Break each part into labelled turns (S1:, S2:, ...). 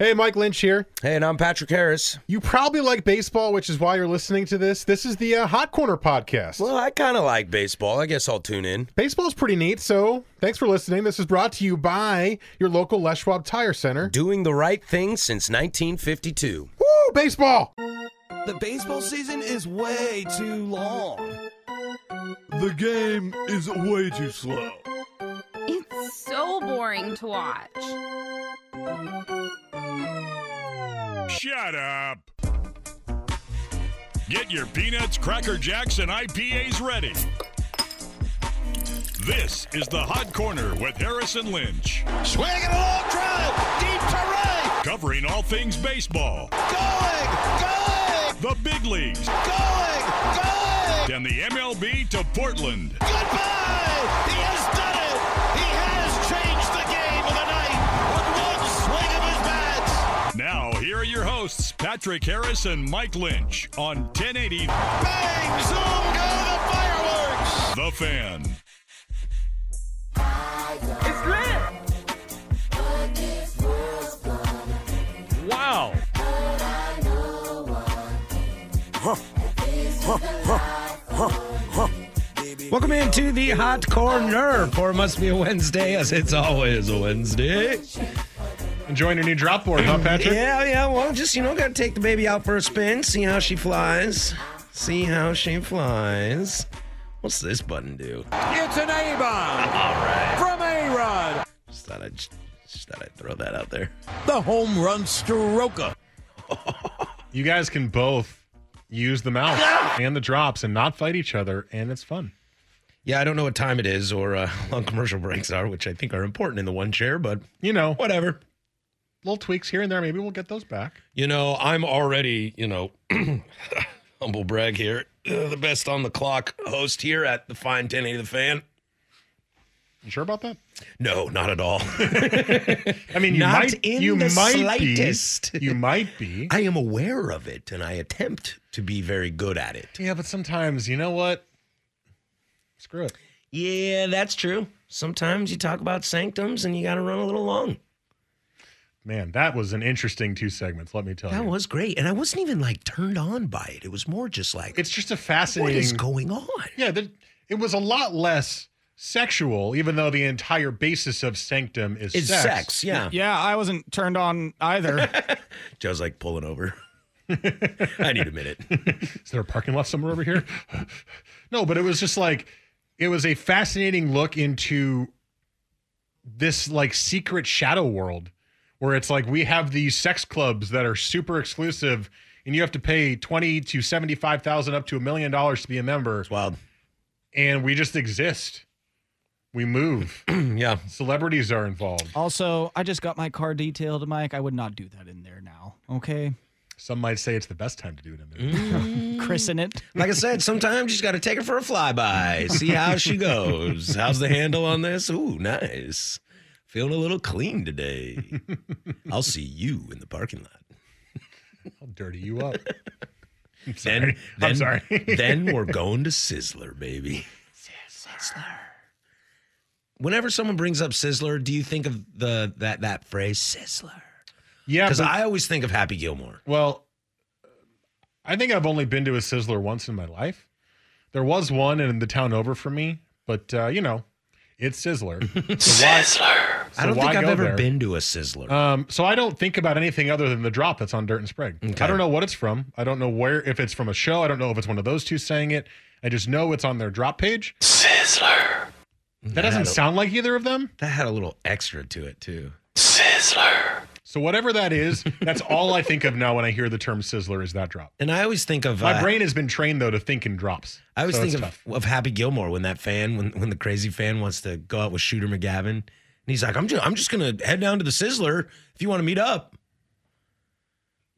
S1: Hey, Mike Lynch here.
S2: Hey, and I'm Patrick Harris.
S1: You probably like baseball, which is why you're listening to this. This is the uh, Hot Corner podcast.
S2: Well, I kind of like baseball. I guess I'll tune in.
S1: Baseball's pretty neat, so thanks for listening. This is brought to you by your local Les Schwab Tire Center.
S2: Doing the right thing since 1952.
S1: Woo, baseball!
S3: The baseball season is way too long. The game is way too slow.
S4: It's so boring to watch.
S5: Shut up. Get your peanuts, cracker jacks, and IPAs ready. This is the Hot Corner with Harrison Lynch.
S6: Swinging a long drive, deep to right.
S5: Covering all things baseball.
S6: Going, going.
S5: The big leagues.
S6: Going, going.
S5: And the MLB to Portland.
S6: Goodbye. He has done it. He has changed the game of the night with one swing of his bats.
S5: Now here are your hosts, Patrick Harris and Mike Lynch on 1080.
S6: Bang! Zoom! Go the fireworks!
S5: The Fan.
S7: It's lit! Wow!
S2: Huh. Huh. Huh. Welcome into the Hot Corner for it Must Be a Wednesday, as it's always a Wednesday.
S1: Enjoying your new drop board, huh, Patrick?
S2: Yeah, yeah. Well, just you know, gotta take the baby out for a spin, see how she flies, see how she flies. What's this button do?
S3: It's an A bomb.
S2: All right.
S3: From A Rod.
S2: Just thought I'd just thought I'd throw that out there.
S3: The home run stroker.
S1: You guys can both use the mouth and the drops and not fight each other, and it's fun.
S2: Yeah, I don't know what time it is or uh, how long commercial breaks are, which I think are important in the one chair, but
S1: You know,
S2: whatever.
S1: little tweaks here and there. Maybe we'll get those back.
S2: You know, I'm already, you know, humble brag here, the best on the clock host here at the Fine 1080 The Fan.
S1: You sure about that?
S2: No, not at all.
S1: I mean, you
S2: Not
S1: might,
S2: in
S1: you
S2: the
S1: might
S2: slightest.
S1: be. You might be.
S2: I am aware of it and I attempt to be very good at it.
S1: Yeah, but sometimes you know what? Screw it.
S2: Yeah, that's true. Sometimes you talk about sanctums and you got to run a little long.
S1: Man, that was an interesting two segments. Let me tell
S2: That
S1: you,
S2: was great. And I wasn't even like turned on by it. It was more just like,
S1: it's just a
S2: what
S1: fascinating.
S2: is going on?
S1: yeah, there, it was a lot less sexual, even though the entire basis of Sanctum is
S2: It's
S1: sex.
S2: sex. Yeah.
S8: Yeah, I wasn't turned on either.
S2: Joe's like pulling over. I need a minute.
S1: Is there a parking lot somewhere over here? no, but it was just like it was a fascinating look into this like secret shadow world where it's like we have these sex clubs that are super exclusive and you have to pay 20 to 75,000 up to a million dollars to be a member
S2: Wild.
S1: and we just exist. We move.
S2: yeah.
S1: Celebrities are involved.
S8: also, I just got my car detailed, Mike. I would not do that in there now. Okay,
S1: Some might say it's the best time to do it in there.
S8: christen it.
S2: Like I said, sometimes you just got to take her for a flyby, see how she goes. How's the handle on this? Ooh, nice. Feeling a little clean today. I'll see you in the parking lot.
S1: I'll dirty you up. I'm sorry.
S2: Then, then,
S1: I'm sorry.
S2: then we're going to Sizzler, baby. Sizzler. Whenever someone brings up Sizzler, do you think of the that that phrase Sizzler?
S1: yeah,
S2: Because
S1: but-
S2: I always think of Happy Gilmore.
S1: Well, I think I've only been to a Sizzler once in my life. There was one in the town over from me, but uh, you know, it's Sizzler. Sizzler.
S2: I don't
S1: why
S2: think I've
S1: go
S2: ever
S1: there?
S2: been to a sizzler.
S1: Um, so I don't think about anything other than the drop that's on Dirt and Sprague.
S2: Okay.
S1: I don't know what it's from. I don't know where if it's from a show. I don't know if it's one of those two saying it. I just know it's on their drop page.
S2: Sizzler.
S1: That doesn't sound like either of them.
S2: That had a little extra to it too.
S1: Sizzler. So whatever that is, that's all I think of now when I hear the term sizzler is that drop.
S2: And I always think of
S1: My
S2: uh,
S1: brain has been trained though to think in drops.
S2: I always
S1: so
S2: think
S1: it's
S2: of,
S1: tough.
S2: of Happy Gilmore when that fan, when when the crazy fan wants to go out with Shooter McGavin, and he's like, "I'm just, I'm just gonna head down to the Sizzler if you want to meet up."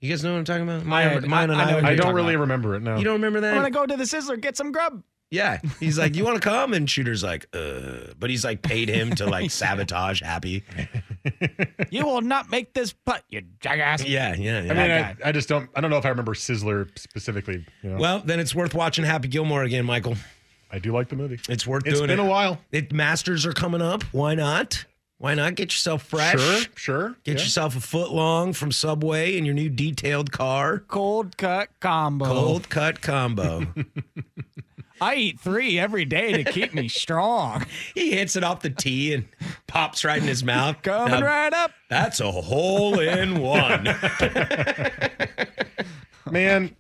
S2: You guys know what I'm talking about? Mine,
S8: I-
S2: mine and
S8: I
S2: I.
S8: know what
S2: were
S8: you're
S1: I don't
S2: talking
S1: really
S2: about.
S1: remember it. No,
S2: You don't remember
S8: I'm
S1: Oh
S2: that?
S8: gonna go to the sizzler, get some grub.
S2: Yeah, he's like, "You want to come?" And Shooter's like, "Uh," but he's like paid him to like sabotage Happy.
S8: You will not make this putt, you jackass.
S2: Yeah, yeah, yeah.
S1: I mean, I, I just don't. I don't know if I remember sizzler specifically. You know?
S2: Well, then it's worth watching Happy Gilmore again, Michael.
S1: I do like the movie.
S2: It's worth
S1: It's
S2: doing
S1: been
S2: it.
S1: a while.
S2: It masters are coming up. Why not? Why not get yourself fresh?
S1: Sure, sure.
S2: Get
S1: yeah.
S2: yourself a foot long from Subway in your new detailed car.
S8: Cold cut
S1: Oh.
S8: combo.
S2: Cold cut combo.
S8: I eat three every day to keep me strong.
S2: he hits it off the tee and pops right in his mouth.
S8: Coming
S2: Now,
S8: right up.
S2: That's a hole in one.
S1: man.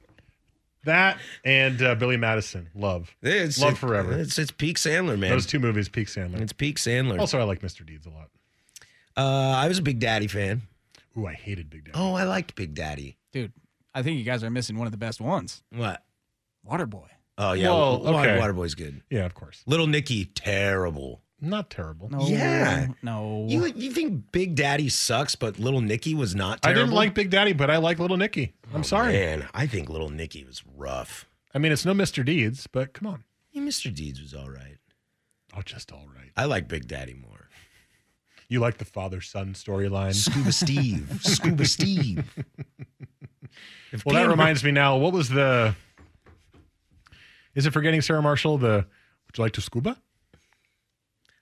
S1: That and uh, Billy Madison, love,
S2: It's,
S1: love forever.
S2: It's it's peak Sandler, man.
S1: Those two movies, peak Sandler.
S2: It's peak Sandler.
S1: Also, I like Mr. Deeds a lot.
S2: uh, I was a Big Daddy fan.
S1: Ooh, I hated Big Daddy.
S2: Oh, I liked Big Daddy.
S8: Dude, I think you guys are missing one of the best ones.
S2: What?
S8: Waterboy.
S2: Oh yeah,
S1: Well,
S2: Wa-
S1: okay.
S2: Waterboy's good.
S1: Yeah, of course.
S2: Little Nicky, terrible.
S1: Not terrible.
S8: No.
S2: Yeah.
S8: No.
S2: You you think Big Daddy sucks, but Little Nicky was not
S1: I
S2: terrible. Oh,
S1: didn't like Big Daddy, but I like Little Nicky. I'm sorry.
S2: Man, I think Little Nicky was rough.
S1: I mean, it's no Mr. Deeds, but come on.
S2: Hey, Mr. Deeds was all right.
S1: Oh, just all right.
S2: I like Big Daddy more.
S1: You like the father son storyline.
S2: Scuba Steve. Scuba Steve. If
S1: Well, that
S2: Peter-
S1: reminds me now. What was the? Is it forgetting Sarah Marshall? The Would you like to scuba?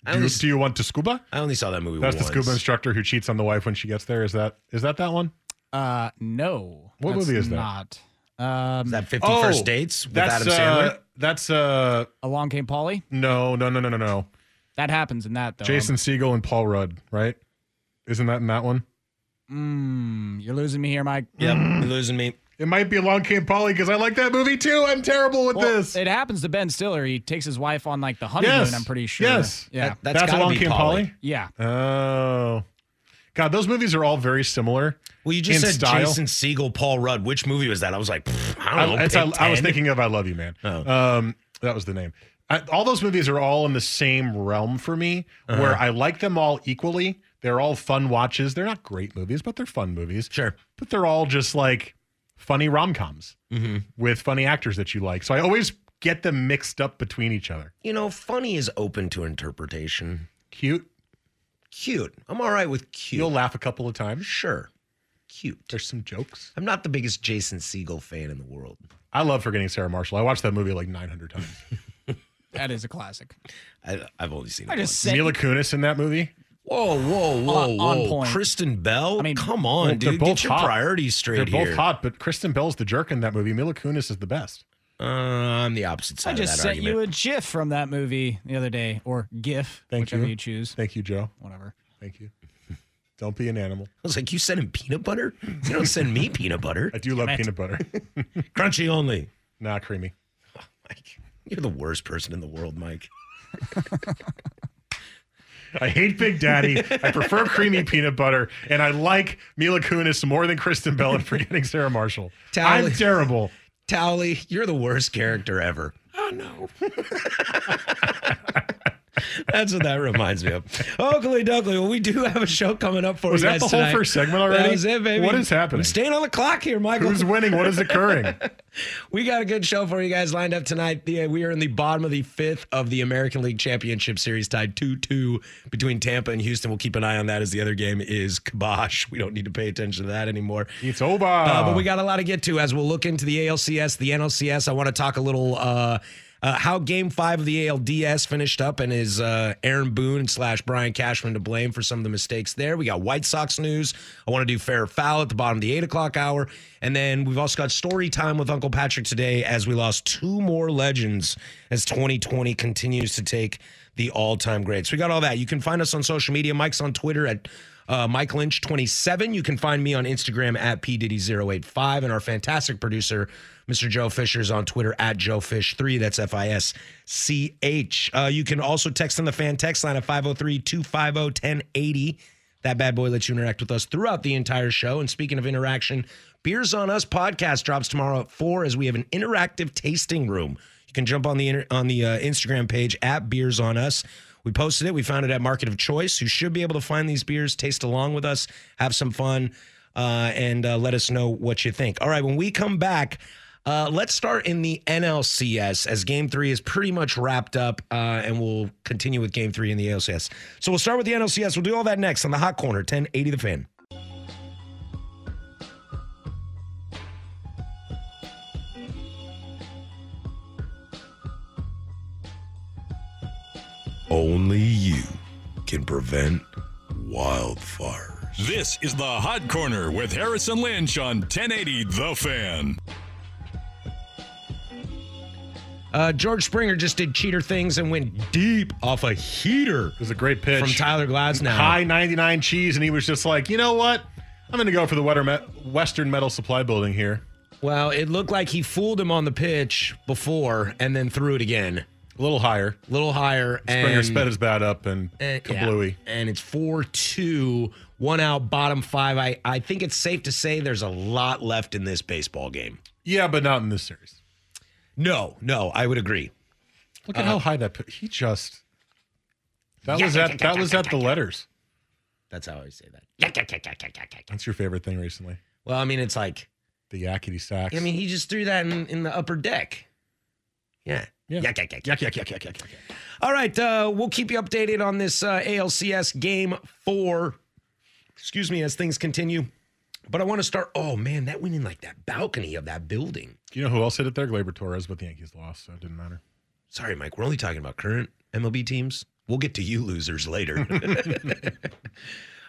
S2: I
S1: Do
S2: only,
S1: you, do you want to scuba?
S2: I only saw that movie
S1: That's the
S2: once.
S1: scuba instructor who cheats on the wife when she gets there. Is that is that that one?
S8: Uh, no.
S1: What
S8: that's
S1: movie is that?
S8: Not. Um,
S2: Is that 50 First Dates with Adam Sandler?
S1: Oh, Uh, that's uh
S8: Along Came Polly.
S1: no no no no no
S2: Um,
S1: no.
S8: That happens in that though.
S1: Jason Siegel and Paul Rudd, right? Isn't that in that one?
S8: Mm, you're losing me here, Mike.
S2: yep,
S1: mm.
S2: you're losing me.
S1: It might be Along Came Polly because I like that movie too. I'm terrible with
S8: Well,
S1: this.
S8: It happens to Ben Stiller. He takes his wife on like the honeymoon.
S1: Yes.
S8: I'm pretty sure.
S1: Yes.
S8: Yeah.
S2: That- that's gotta
S1: Along
S2: be
S1: Came
S2: Polly.
S8: yeah.
S1: Oh, God, those movies are all very similar.
S2: Well, you just
S1: in
S2: said
S1: style.
S2: Jason Siegel, Paul Rudd. Which movie was that? I was like, pfft, I
S1: I,
S2: don't know.
S1: it's-
S2: pick
S1: I- I was
S2: 10.
S1: thinking of "I Love You, Man."
S2: Oh.
S1: Um, that was the name. I, all those movies are all in the same realm for me,
S2: Uh-huh.
S1: where I like them all equally. They're all fun watches. They're not great movies, but they're fun movies.
S2: Sure.
S1: but they're all just like funny rom coms
S2: Mm-hmm.
S1: with funny actors that you like. So I always get them mixed up between each other.
S2: You know, funny is open to interpretation.
S1: Cute.
S2: Cute. I'm all right with cute.
S1: You'll laugh a couple of times.
S2: Sure. Cute.
S1: There's some jokes.
S2: I'm not the biggest Jason Siegel fan in the world.
S1: I love forgetting Sarah Marshall. I watched that movie like 900 times.
S8: That is a classic.
S2: I, I've only seen it.
S8: I just
S2: once.
S8: said
S1: Mila Kunis in that movie.
S2: Whoa, whoa, whoa,
S8: On-
S2: whoa!
S8: on point.
S2: Kristen Bell.
S8: I mean,
S2: come on,
S1: Well,
S2: dude.
S1: they're both
S2: Get your
S1: hot.
S2: priorities straight
S1: They're both
S2: here.
S1: hot, but Kristen Bell's the jerk in that movie. Mila Kunis is the best.
S2: Uh, I'm the opposite side
S8: I just
S2: of that
S8: sent
S2: argument.
S8: you a GIF from that movie the other day, or GIF,
S1: Thank
S8: whichever
S1: you.
S8: you. choose.
S1: Thank you, Joe.
S8: Whatever.
S1: Thank you. Don't be an animal.
S2: I was like, you send him peanut butter? You don't send me peanut butter.
S1: I do love peanut butter.
S2: Crunchy only.
S1: Not creamy.
S2: Mike, you're the worst person in the world, Mike.
S1: I hate Big Daddy. I prefer creamy peanut butter, and I like Mila Kunis more than Kristen Bell and forgetting Sarah Marshall.
S2: Tally.
S1: I'm terrible.
S2: Towley, you're the worst character ever. Oh no. That's what that reminds me of. Oakley Duckley, well, we do have a show coming up for
S1: Was
S2: you
S1: that
S2: guys
S1: the whole
S2: tonight.
S1: first segment already?
S2: That was it, baby.
S1: What is happening?
S2: I'm staying on the clock here, Michael.
S1: Who's winning? What is occurring?
S2: Uh, We got a good show for you guys lined up tonight. The- We are in the bottom of the fifth of the American League Championship Series, tied 2 2 between Tampa and Houston. We'll keep an eye on that as the other game is kibosh. We don't need to pay attention to that anymore.
S1: It's over.
S2: Uh, but we got a lot to get to as we'll look into the ALCS, the NLCS. I want to talk a little uh, Uh, how Game Five of the ALDS finished up, and is uh, Aaron Boone slash Brian Cashman to blame for some of the mistakes there? We got White Sox news. I want to do fair or foul at the bottom of the eight o'clock hour, and then we've also got story time with Uncle Patrick today as we lost two more legends as 2020 continues to take the all-time greats. We got all that. You can find us on social media. Mike's on Twitter at uh, Mike Lynch 27. You can find me on Instagram at PDiddy085 and our fantastic producer, Mr. Joe Fisher, is on Twitter at JoeFish3. That's F I S C H. Uh, you can also text on the fan text line at 503 250 1080. That bad boy lets you interact with us throughout the entire show. And speaking of interaction, Beers on Us podcast drops tomorrow at 4 as we have an interactive tasting room. You can jump on the inter- on the uh, Instagram page at Beers on Us. We posted it. We found it at Market of Choice. You should be able to find these beers, taste along with us, have some fun, uh, and uh, let us know what you think. All right, when we come back, uh, let's start in the NLCS as Game Three is pretty much wrapped up, uh, and we'll continue with Game Three in the ALCS. So we'll start with the NLCS. We'll do all that next on the Hot Corner, 1080 The Fan.
S9: Only you can prevent wildfire.
S5: This is the Hot Corner with Harrison Lynch on 1080 The Fan.
S2: Uh, George Springer just did cheater things and went deep off a heater. It
S1: was a great pitch
S2: from Tyler Glasnow.
S1: High 99 cheese, and he was just like, you know what? I'm going to go for the Wetter- Me- Western Metal Supply Building here.
S2: Well, it looked like he fooled him on the pitch before and then threw it again.
S1: A little higher.
S2: A little higher.
S1: Springer
S2: and-
S1: sped his bat up and
S2: Eh, yeah.
S1: kablooey.
S2: And it's 4 2, one out, bottom five. I, I think it's safe to say there's a lot left in this baseball game.
S1: Yeah, but not in this series.
S2: No, no, I would agree.
S1: Look at
S2: Uh,
S1: how high that pi- he just. That
S2: Yeah,
S1: was
S2: yeah,
S1: at
S2: yeah,
S1: that was
S2: yeah,
S1: at the
S2: yeah.
S1: letters.
S2: That's how I say that.
S1: That's your favorite thing recently.
S2: Well, I mean, it's like,
S1: The yakety sacks.
S2: I mean, he just threw that in, in the upper deck. Yeah.
S1: Yeah.
S2: Yuck, yuck, yuck,
S1: Yuck,
S2: yuck.
S1: yuck, yuck, yuck, yuck, yuck.
S2: All right, uh, we'll keep you updated on this uh, ALCS game four. Excuse me, as things continue. But I want to start. Oh man, that went in like that balcony of that building.
S1: You know who else hit it there? Glaber Torres, but the Yankees lost, so it didn't matter.
S2: Sorry, Mike. We're only talking about current MLB teams. We'll get to you losers later.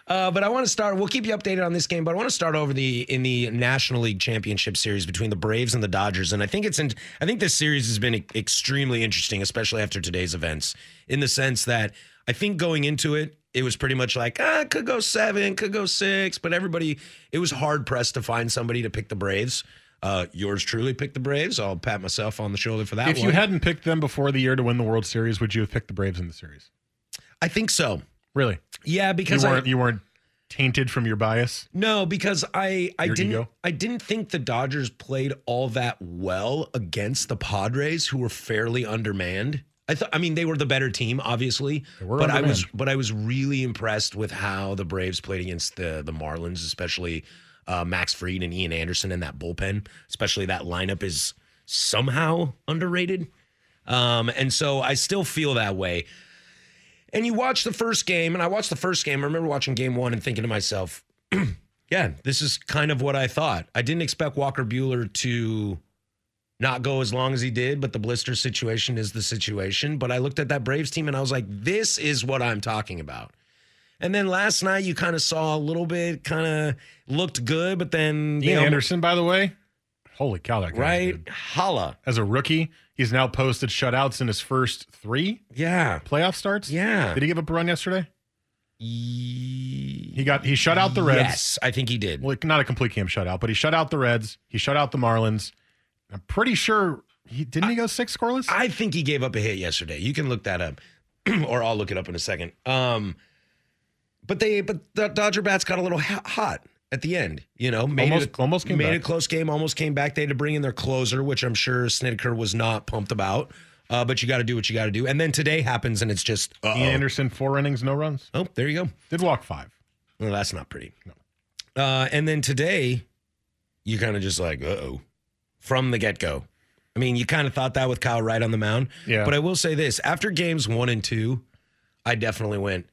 S2: Uh, but I want to start. We'll keep you updated on this game, but I want to start over the in the National League Championship Series between the Braves and the Dodgers, and I think it's in, I think this series has been e- extremely interesting, especially after today's events, in the sense that I think going into it, it was pretty much like ah, it could go seven, could go six, but everybody, it was hard pressed to find somebody to pick the Braves. Uh, yours truly picked the Braves. I'll pat myself on the shoulder for that.
S1: if you
S2: one.
S1: hadn't picked them before the year to win the World Series, would you have picked the Braves in the series?
S2: I think so.
S1: Really?
S2: Yeah, because
S1: you
S2: I-
S1: weren't you weren't tainted from your bias.
S2: No, because I I
S1: Your
S2: didn't
S1: ego?
S2: I didn't think the Dodgers played all that well against the Padres, who were fairly undermanned. I thought I mean they were the better team, obviously.
S1: were
S2: but I was
S1: undermanned.
S2: but I was really impressed with how the Braves played against the the Marlins, especially uh, Max Fried and Ian Anderson and that bullpen. Especially that lineup is somehow underrated. Um, and so I still feel that way. And you watch the first game, and I watched the first game. I remember watching game one and thinking to myself, yeah, this is kind of what I thought. I didn't expect Walker Bueller to not go as long as he did, but the blister situation is the situation. But I looked at that Braves team and I was like, this is what I'm talking about. And then last night you kind of saw a little bit, kind of looked good, but then
S1: Ian
S2: almo-
S1: Anderson, by the way, holy cow, that guy!
S2: right? Holla.
S1: As a rookie, he's now posted shutouts in his first three
S2: Yeah.
S1: playoff starts.
S2: Yeah.
S1: Did he give up a run yesterday? He got he shut out the Reds.
S2: Yes, I think he did.
S1: Well, not a complete game shutout, but he shut out the Reds. He shut out the Marlins. I'm pretty sure he didn't he go six scoreless.
S2: I think he gave up a hit yesterday. You can look that up, or I'll look it up in a second. Um, but they, but the Dodger bats got a little ho- hot at the end. You know, made
S1: Almost-
S2: it a,
S1: almost came
S2: made it a
S1: back.
S2: close game, almost came back. They had to bring in their closer, which I'm sure Snitker was not pumped about. Uh, but you got to do what you got to do. And then today happens, and it's just uh-oh.
S1: Ian Anderson, four innings, no runs.
S2: Oh, there you go.
S1: Did walk five.
S2: Well, that's not pretty. No. Uh, and then today, you kind of just like, uh oh, from the get go. I mean, you kind of thought that with Kyle Wright on the mound.
S1: Yeah.
S2: But I will say this after games one and two, I definitely went,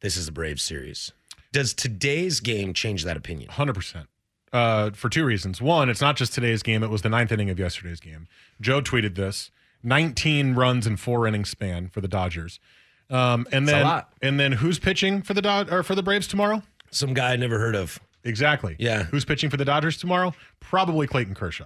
S2: this is the Braves series. Does today's game change that opinion?
S1: Hundred percent. Uh, for two reasons. One, it's not just today's game; it was the ninth inning of yesterday's game. Joe tweeted this. 19 runs in four inning span for the Dodgers. Um, and
S2: It's a
S1: then
S2: lot.
S1: and then who's pitching for the Dod- or for the Braves tomorrow?
S2: Some guy I never heard of.
S1: Exactly. Yeah. Who's pitching for the Dodgers tomorrow? Probably Clayton Kershaw.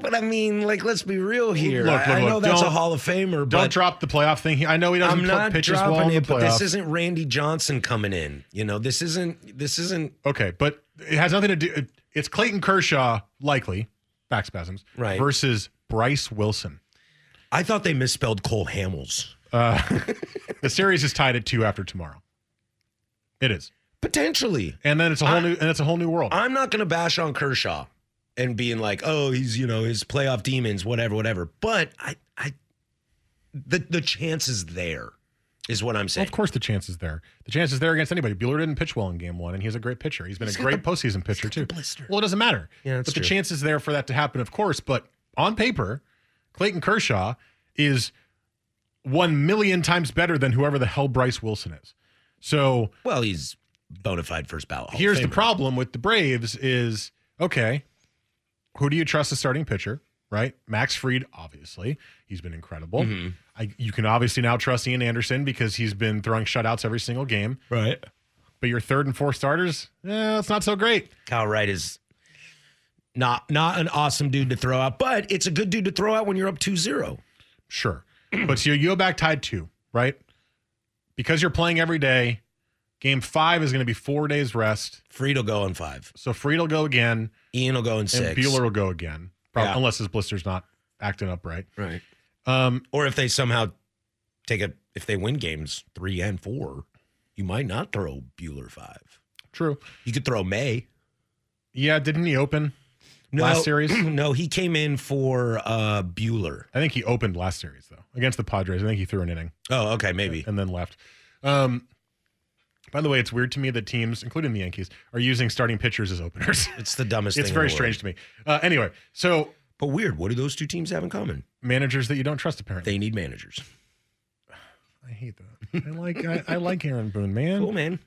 S2: But I mean, like, let's be real here.
S1: Look,
S2: I, I
S1: look,
S2: know
S1: look,
S2: that's a
S1: don't-
S2: Hall of Famer,
S1: Don't
S2: but
S1: drop the playoff thing. here. I know he doesn't
S2: I'm
S1: pl-
S2: not
S1: pitch as
S2: dropping
S1: well in the
S2: it, but this
S1: playoffs.
S2: isn't Randy Johnson coming in. You know, this isn't. This isn't.
S1: Okay, but it has nothing to do. it- It's Clayton Kershaw likely back spasms
S2: Right.
S1: versus Bryce Wilson.
S2: I thought they misspelled Cole Hamels.
S1: Uh, the series is tied at two after tomorrow. It is
S2: potentially,
S1: and then it's a whole
S2: I-
S1: new and it's a whole new world.
S2: I'm not going to bash on Kershaw and being like, oh, he's you know his playoff demons, whatever, whatever. But I, I, the the chance is there, is what I'm
S1: Well,
S2: saying.
S1: of course, the chance is there. The chance is there against anybody. Bueller didn't pitch well in Game One, and he's a great pitcher. He's been
S2: He's
S1: a
S2: got
S1: great postseason pitcher too. Well, it doesn't matter.
S2: Yeah, that's
S1: but the
S2: true.
S1: chance is there for that to happen, of course. But on paper, Clayton Kershaw is one million times better than whoever the hell Bryce Wilson is. So
S2: Well, he's bona fide first ballot. Hall of
S1: here's the
S2: Famer.
S1: problem with the Braves is okay, who do you trust as starting pitcher? Right, Max Fried, obviously, he's been incredible.
S2: Mhm.
S1: I, you can obviously now trust Ian Anderson because he's been throwing shutouts every single game.
S2: right?
S1: But your third and fourth starters, eh, it's not so great.
S2: Kyle Wright is not not an awesome dude to throw out, but it's a good dude to throw out when you're up 2-0.
S1: Sure. but so you go back tied two, right? Because you're playing every day, game five is going to be four days rest.
S2: Freed will go in five.
S1: So Fried will go again,
S2: Ian will go in
S1: and
S2: six.
S1: Bueller will go again, prob-
S2: Yeah.
S1: unless his blister's not acting up right.
S2: Right.
S1: Um,
S2: Or if they somehow take a if they win games three and four, you might not throw Bueller five.
S1: true.
S2: You could throw May.
S1: Yeah, didn't he open
S2: No,
S1: last series?
S2: No, he came in for uh Bueller.
S1: I think he opened last series though against the Padres. I think he threw an inning.
S2: Oh, okay, maybe.
S1: and then left. Um, by the way, it's weird to me that teams, including the Yankees, are using starting pitchers as openers.
S2: It's the dumbest
S1: it's
S2: thing. in
S1: very
S2: the world.
S1: strange to me. Uh, anyway, so
S2: But weird. What do those two teams have in common?
S1: managers that you don't trust, apparently.
S2: They need managers.
S1: I hate that. I like I, I like Aaron Boone, man.
S2: Cool, man.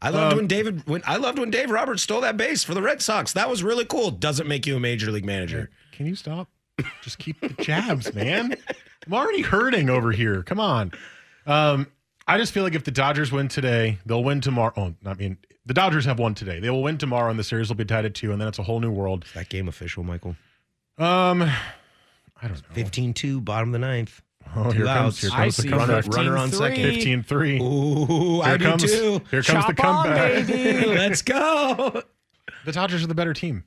S2: I loved
S1: Mm. Um,
S2: when David when I loved when Dave Roberts stole that base for the Red Sox. That was really cool. Doesn't make you a major league manager.
S1: Can you stop? Just keep the jabs, man. I'm already hurting over here. Come on. Um, I just feel like if the Dodgers win today, they'll win tomorrow. Oh, I mean, the Dodgers have won today. They will win tomorrow, and the series will be tied at two, and then it's a whole new world.
S2: That game official, Michael.
S1: Um, I don't know.
S2: 15-2, bottom of the ninth.
S1: Oh,
S2: Two
S1: here
S2: outs.
S1: comes, here
S2: I
S1: comes the
S2: see
S1: comeback.
S2: 15-3. Runner on second.
S1: 15 3.
S2: Ooh,
S1: Here
S2: I
S1: comes,
S2: do too.
S1: Here comes the
S8: Chop on,
S1: comeback.
S8: baby.
S2: Let's go.
S1: the Dodgers are the better team.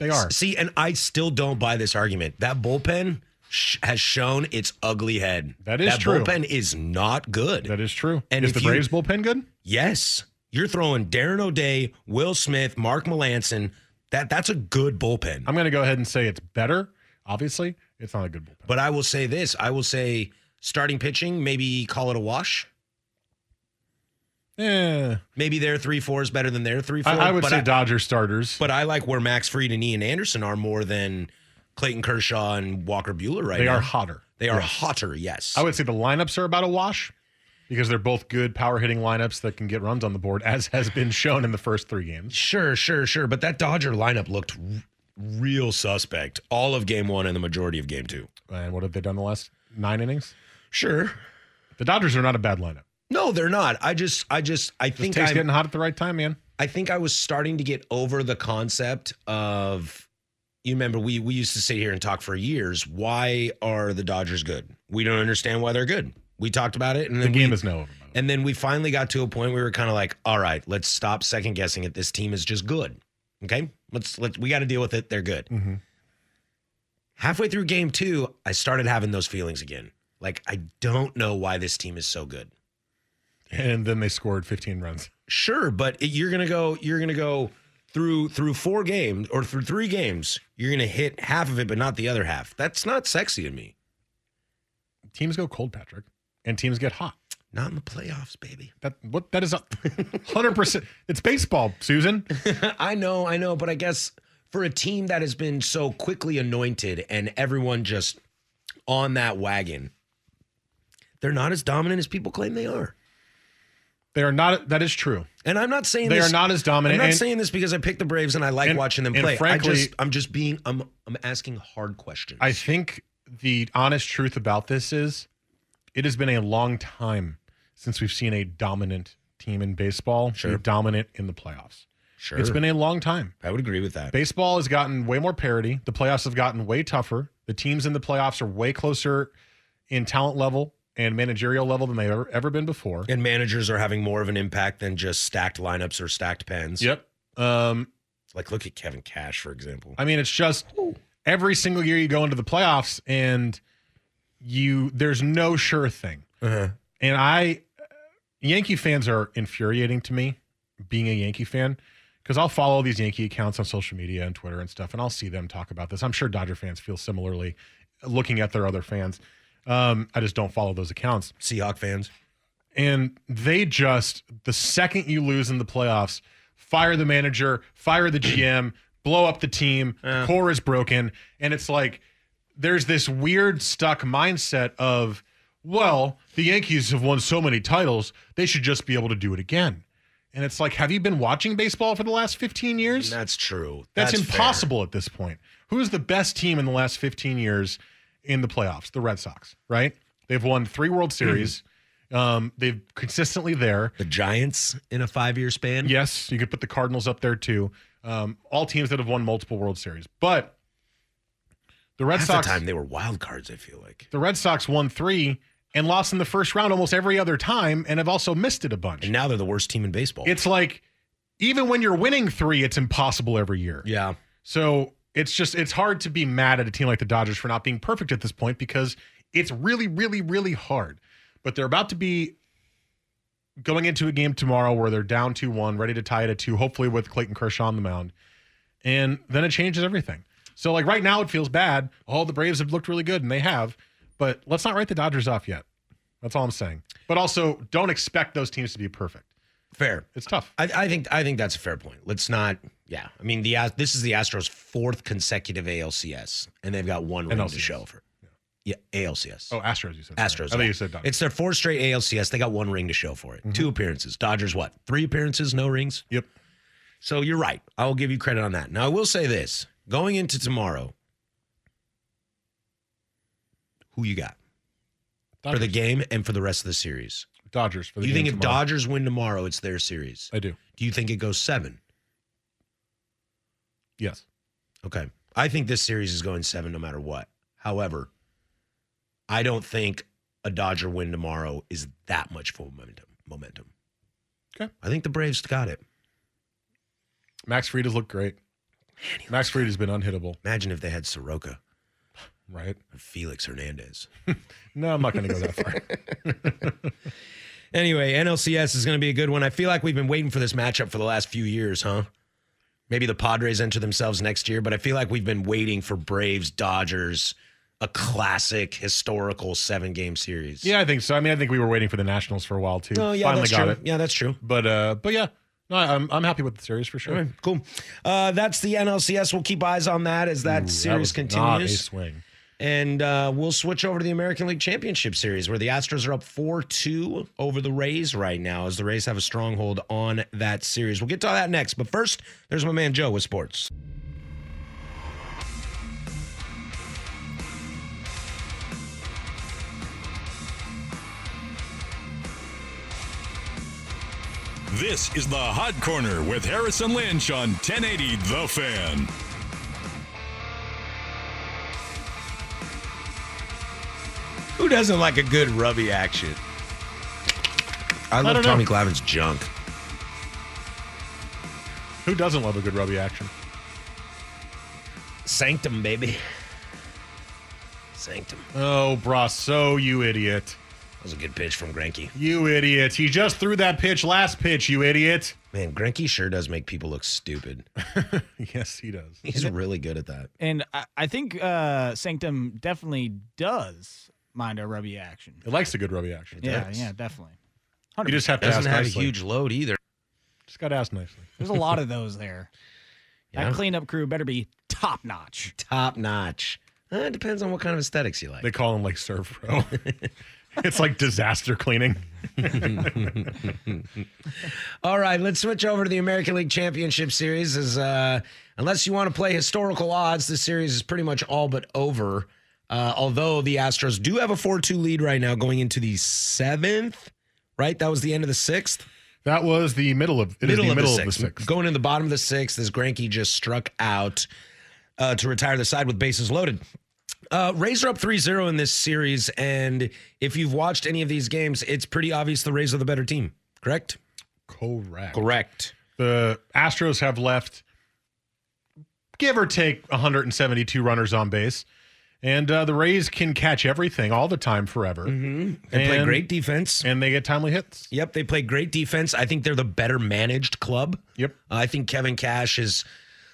S1: They are.
S2: See, and I still don't buy this argument. That bullpen sh- has shown its ugly head.
S1: That is
S2: that
S1: true.
S2: Bullpen is not good.
S1: That is true.
S2: And
S1: is
S2: if
S1: the
S2: you-
S1: Braves bullpen good?
S2: yes, you're throwing Darren O'Day, Will Smith, Mark Melanson. That that's a good bullpen.
S1: I'm going to go ahead and say it's better. Obviously, it's not a good bullpen.
S2: But I will say this: I will say starting pitching, maybe call it a wash.
S1: Yeah.
S2: Maybe their three four is better than their three four.
S1: I, I would
S2: Eh, but
S1: say
S2: I,
S1: Dodgers starters.
S2: but I like where Max Fried and Ian Anderson are more than Clayton Kershaw and Walker Bueller right
S1: they
S2: now.
S1: are hotter.
S2: They are
S1: Yes.
S2: hotter. Yes.
S1: I would say the lineups are about a wash because they're both good power hitting lineups that can get runs on the board, as has been shown in the first three games.
S2: Sure, sure, sure. But that Dodger lineup looked r- real suspect all of game one and the majority of game two.
S1: And what have they done the last nine innings?
S2: Sure.
S1: The Dodgers are not a bad lineup.
S2: No, they're not. I just, I just, I
S1: This
S2: think
S1: takes getting
S2: I,
S1: hot at the right time, man.
S2: I think I was starting to get over the concept of. You remember we we used to sit here and talk for years. Why are the Dodgers good? We don't understand why they're good. We talked about it, and
S1: The
S2: then
S1: game
S2: we,
S1: is now over. by the way.
S2: And then we finally got to a point where we were kind of like, all right, let's stop second guessing it. This team is just good. Okay. Let's let we got to deal with it. They're good.
S1: Mhm.
S2: Halfway through game two, I started having those feelings again. Like, I don't know why this team is so good.
S1: And then they scored 15 runs.
S2: Sure, but it- you're gonna go, you're gonna go through through four games or through three games, you're gonna hit half of it, but not the other half. That's not sexy to me.
S1: Teams go cold, Patrick, and teams get hot.
S2: Not in the playoffs, baby.
S1: That what that is a 100%. It's baseball, Susan.
S2: I know, I know, but I guess for a team that has been so quickly anointed and everyone just on that wagon, they're not as dominant as people claim they are.
S1: They are not that is true.
S2: And I'm not saying
S1: They
S2: this,
S1: are not as dominant.
S2: I'm not
S1: and-
S2: saying this because I picked the Braves and I like
S1: and-
S2: watching them
S1: and
S2: play.
S1: frankly-
S2: I just, I'm just being, I'm, I'm asking hard questions.
S1: I think the honest truth about this is it has been a long time since we've seen a dominant team in baseball
S2: Sure.
S1: be dominant in the playoffs.
S2: Sure.
S1: It's been a long time.
S2: I would agree with that.
S1: Baseball has gotten way more parity. The playoffs have gotten way tougher. The teams in the playoffs are way closer in talent level and managerial level than they've ever, ever been before.
S2: And managers are having more of an impact than just stacked lineups or stacked pens.
S1: Yep. Um,
S2: like look at Kevin Cash, for example.
S1: I mean, it's just every single year you go into the playoffs and you there's no sure thing.
S2: Uh-huh.
S1: And I Yankee fans are infuriating to me being a Yankee fan because I'll follow these Yankee accounts on social media and Twitter and stuff, and I'll see them talk about this. I'm sure Dodger fans feel similarly looking at their other fans. Um, I just don't follow those accounts.
S2: Seahawk fans.
S1: And they just, the second you lose in the playoffs, fire the manager, fire the GM, blow up the team, core is broken. And it's like, there's this weird stuck mindset of, well, the Yankees have won so many titles, they should just be able to do it again. And it's like, have you been watching baseball for the last 15 years?
S2: That's true.
S1: That's,
S2: That's
S1: impossible at this point. Who's the best team in the last 15 years in the playoffs? The Red Sox, right? They've won three World
S2: Mm.
S1: Series. Um, they've consistently there.
S2: The Giants in a five year span.
S1: Yes, you could put the Cardinals up there too. Um, all teams that have won multiple World Series, but the Red
S2: Half
S1: Sox
S2: the time they were wild cards. I feel like
S1: the Red Sox won three and lost in the first round almost every other time, and have also missed it a bunch.
S2: And now they're the worst team in baseball.
S1: It's like even when you're winning three, it's impossible every year.
S2: yeah.
S1: So it's just it's hard to be mad at a team like the Dodgers for not being perfect at this point because it's really, really, really hard. But they're about to be going into a game tomorrow where they're down two one, ready to tie it at two, hopefully with Clayton Kershaw on the mound, and then it changes everything. So like right now it feels bad. All the Braves have looked really good and they have, but let's not write the Dodgers off yet. That's all I'm saying. But also don't expect those teams to be perfect.
S2: Fair.
S1: It's tough.
S2: I, I think I think that's a fair point. Let's not. Yeah, I mean the Ast- this is the Astros' fourth consecutive ALCS, and they've got one win to
S1: NLCS.
S2: show for. it. Yeah, ALCS.
S1: Oh, Astros, you said sorry.
S2: Astros.
S1: I thought
S2: yeah.
S1: you said Dodgers. Mm-hmm.
S2: It's their four straight ALCS. They got one ring to show for it. Two appearances. Dodgers, what? Three appearances, no rings?
S1: Yep.
S2: So you're right. I will give you credit on that. Now, I will say this going into tomorrow, who you got for the
S1: Dodgers.
S2: game and for the rest of the series?
S1: Dodgers for the
S2: you
S1: game
S2: think if
S1: tomorrow.
S2: Dodgers win tomorrow, it's their series?
S1: I do.
S2: Do you think it goes seven?
S1: Yes.
S2: Okay. I think this series is going seven no matter what. However, I don't think a Dodger win tomorrow is that much full momentum. Momentum.
S1: Okay.
S2: I think the Braves got it.
S1: Max Fried has looked great. Max Fried has been unhittable,
S2: Imagine if they had Soroka
S1: right?
S2: and Felix Hernandez.
S1: No, I'm not going to go that far.
S2: Anyway, NLCS is going to be a good one. I feel like we've been waiting for this matchup for the last few years, huh? Maybe the Padres enter themselves next year, but I feel like we've been waiting for Braves Dodgers, a classic historical seven game series.
S1: yeah, I think so. I mean, I think we were waiting for the Nationals for a while too.
S2: Oh, yeah,
S1: Finally
S2: that's
S1: got
S2: true.
S1: it.
S2: Yeah, that's true.
S1: But uh, but yeah, no, I'm I'm happy with the series for sure.
S2: All right, cool. Uh, that's the NLCS. We'll keep eyes on that as that
S1: Ooh,
S2: series
S1: was Not a
S2: continues.
S1: swing.
S2: And uh, we'll switch over to the American League Championship Series, where the Astros are up 4 2 over the Rays right now, as the Rays have a stronghold on that series. We'll get to all that next. But first, there's my man Joe with sports.
S5: This is the Hot Corner with Harrison Lynch on 1080 The Fan.
S2: Who doesn't like a good rubby action? I
S1: don't
S2: love
S1: know.
S2: Tommy Glavin's junk.
S1: Who doesn't love a good rubby action?
S2: Sanctum, baby. Sanctum.
S1: Oh, Brasso, you idiot!
S2: That was a good pitch from Granky.
S1: You idiot! He just threw that pitch last pitch. You idiot!
S2: Man, Granky sure does make people look stupid.
S1: Yes, he does.
S2: He's really good at that.
S8: And I, I think uh, Sanctum definitely does mind a rubby action.
S1: He likes a good rubby action.
S8: Yeah,
S2: does.
S8: yeah, definitely.
S1: You just have to
S2: Doesn't
S1: ask
S2: have a
S1: nicely.
S2: huge load either.
S1: Just got to ask nicely.
S8: There's a lot of those there.
S2: Yeah.
S8: That cleanup crew better be top notch.
S2: Top notch. Uh, it depends on what kind of aesthetics you like.
S1: They call him like Serve Pro. it's like disaster cleaning.
S2: All right, let's switch over to the American League Championship Series. As uh, unless you want to play historical odds, this series is pretty much all but over. Uh, although the Astros do have a 4 2 lead right now going into the seventh, right? That was the end of the sixth.
S1: That was the middle of it is
S2: middle,
S1: the
S2: of,
S1: middle
S2: the
S1: of the
S2: sixth.
S1: sixth.
S2: Going in the bottom of the sixth as Granke just struck out uh, to retire the side with bases loaded. Uh, Rays are up 3 0 in this series. And if you've watched any of these games, it's pretty obvious the Rays are the better team, correct?
S1: Correct.
S2: Correct.
S1: The Astros have left, give or take, 172 runners on base. And uh, the Rays can catch everything all the time forever.
S2: Mm-hmm. They play great defense.
S1: And they get timely hits.
S2: Yep, they play great defense. I think they're the better managed club. Uh,
S1: Yep.
S2: I think Kevin Cash has